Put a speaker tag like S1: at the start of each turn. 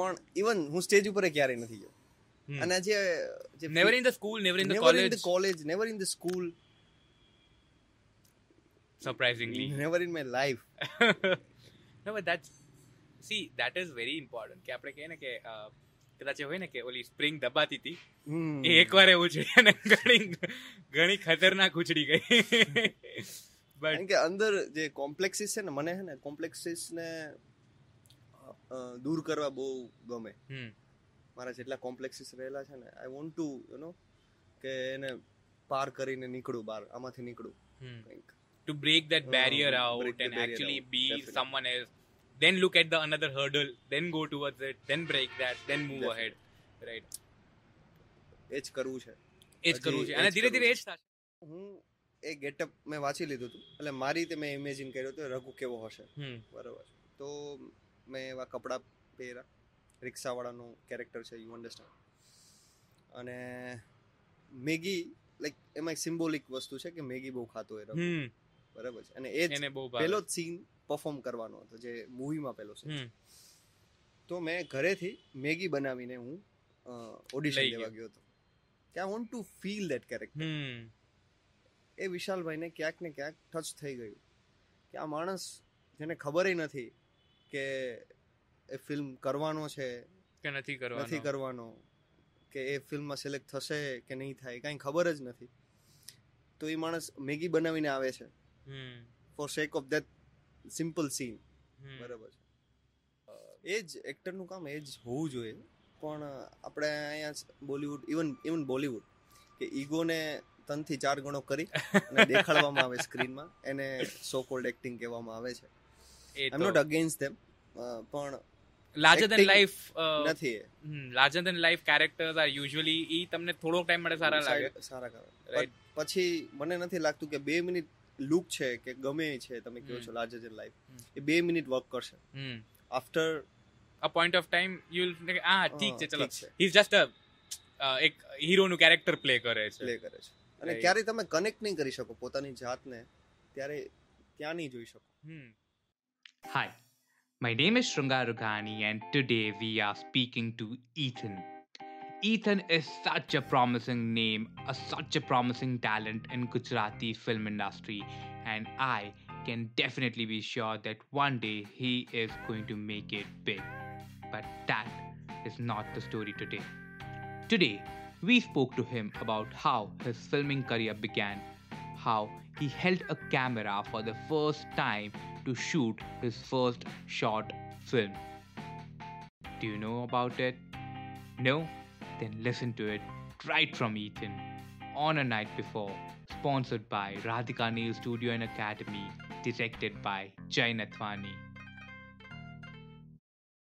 S1: પણ ઇવન હું સ્ટેજ ઉપર ક્યારેય નથી ગયો
S2: Hmm.
S1: અને જે જે
S2: never in the school never in the
S1: never in
S2: college
S1: the college, never in the school,
S2: surprisingly
S1: never in my life.
S2: No but that's see that is very important કે આપણે કહીએ ને કે અ, કદાચ એ હોય ને કે ઓલી સ્પ્રિંગ દબાતી હતી
S1: Hmm.
S2: એ એકવાર એ ઉછળી અને ઘણી ઘણી ખતરનાક ઉછળી ગઈ બટ
S1: કારણ કે અંદર જે કોમ્પ્લેક્સિસ છે ને મને છે ને કોમ્પ્લેક્સિસ ને અ, દૂર કરવા બહુ ગમે
S2: Hmm.
S1: મારા જેટલા કોમ્પ્લેક્સિસ રહેલા છે ને I want to you know કે એને પાર કરીને નીકળું બહાર આમાંથી નીકળું
S2: Hmm.
S1: કંઈક
S2: to break that
S1: Oh,
S2: barrier
S1: break
S2: out
S1: the
S2: and
S1: barrier
S2: actually
S1: out,
S2: be
S1: definitely.
S2: Someone else then look at the another hurdle then go towards it then break that then move
S1: Definitely.
S2: ahead right
S1: એ જ કરવું છે
S2: એ
S1: હજી
S2: જ કરવું
S1: એ
S2: છે
S1: જ
S2: અને ધીરે
S1: કરવું
S2: ધીરે એ જ થશે
S1: હું એ ગેટઅપ મેં વાંચી લીધું હતું એટલે મારી રીતે મેં ઇમેજિન કર્યું હતું રઘુ કેવો હશે
S2: હમ
S1: બરાબર તો મેં એવા કપડાં પહેર્યા રિક્ષાવાળાનું કેરેક્ટર છે યુ અન્ડરસ્ટેન્ડ અને મેગી લાઈક એમાં એક સિમ્બોલિક વસ્તુ છે કે મેગી બહુ ખાતો હોય રઘુ.
S2: હમ
S1: બરાબર છે અને એ જ
S2: Hmm. એને બહુ ભાવે.
S1: પહેલો જ સીન પરફોર્મ કરવાનો હતો જે મૂવીમાં પહેલો સીન
S2: હમ
S1: તો મેં ઘરેથી મેગી બનાવીને હું ઓડિશન
S2: લઈ ગયો.
S1: દેવા ગયો હતો કે I want to feel that character
S2: hmm
S1: એ વિશાલભાઈને ક્યાંક ને ક્યાંક ટચ થઈ ગયું કે આ માણસ જેને ખબરેય નથી કે એ ફિલ્મ કરવાનો છે
S2: કે નથી કરવાનો
S1: નથી કરવાનો કે એ ફિલ્મમાં સિલેક્ટ થશે કે નહીં થાય કાંઈ ખબર જ નથી તો એ માણસ મેગી બનાવીને આવે છે
S2: hmm
S1: for sake of that simple scene
S2: hmm.
S1: બરાબર છે એ જ એક્ટરનું કામ એ જ હોવું જોઈએ પણ આપણે અહીંયા બોલિવૂડ ઇવન ઇવન બોલિવૂડ કે ઈગોને તનથી ચાર ગણો કરી અને દેખાડવામાં આવે સ્ક્રીનમાં એને સો કોલ્ડ એક્ટિંગ કહેવામાં આવે છે
S2: એ
S1: I am not against them પણ
S2: લાર્જર દેન
S1: acting
S2: લાઈફ
S1: નથી એ.
S2: Larger than life characters are usually ઈ તમને થોડોક ટાઈમ માટે સારા લાગે
S1: સારા- સારા કામ
S2: Right.
S1: પછી મને નથી લાગતું કે બે મિનિટ લુક છે કે ગમે એ છે તમે કહો
S2: હમ.
S1: છો લાર્જર ધેન
S2: હમ.
S1: લાઈફ એ બે મિનિટ વર્ક કરશે
S2: hmm
S1: after
S2: a point of time you આ "Ah, ઠીક છે ચલો
S1: ઠીક છે.
S2: હી જસ્ટ અ એક હીરો નું કેરેક્ટર પ્લે કરે
S1: પ્લે
S2: છે
S1: કરે છે અને
S2: Right.
S1: ક્યારેય તમે કનેક્ટ નહીં કરી શકો પોતાની જાતને ત્યારે ત્યાં નહીં જોઈ શકો
S2: hi my name is Shringar Rughani and today we are speaking to Ethan Ethan is such a promising name, a, such a promising talent in Gujarati film industry, and I can definitely be sure that one day he is going to make it big. But that is not the story today. Today, we spoke to him about how his filming career began, how he held a camera for the first time to shoot his first short film. Do you know about it? No? Then listen to it right from Ethan on a night before, sponsored by Radhika Neil Studio and Academy, directed by Jay Nathwani.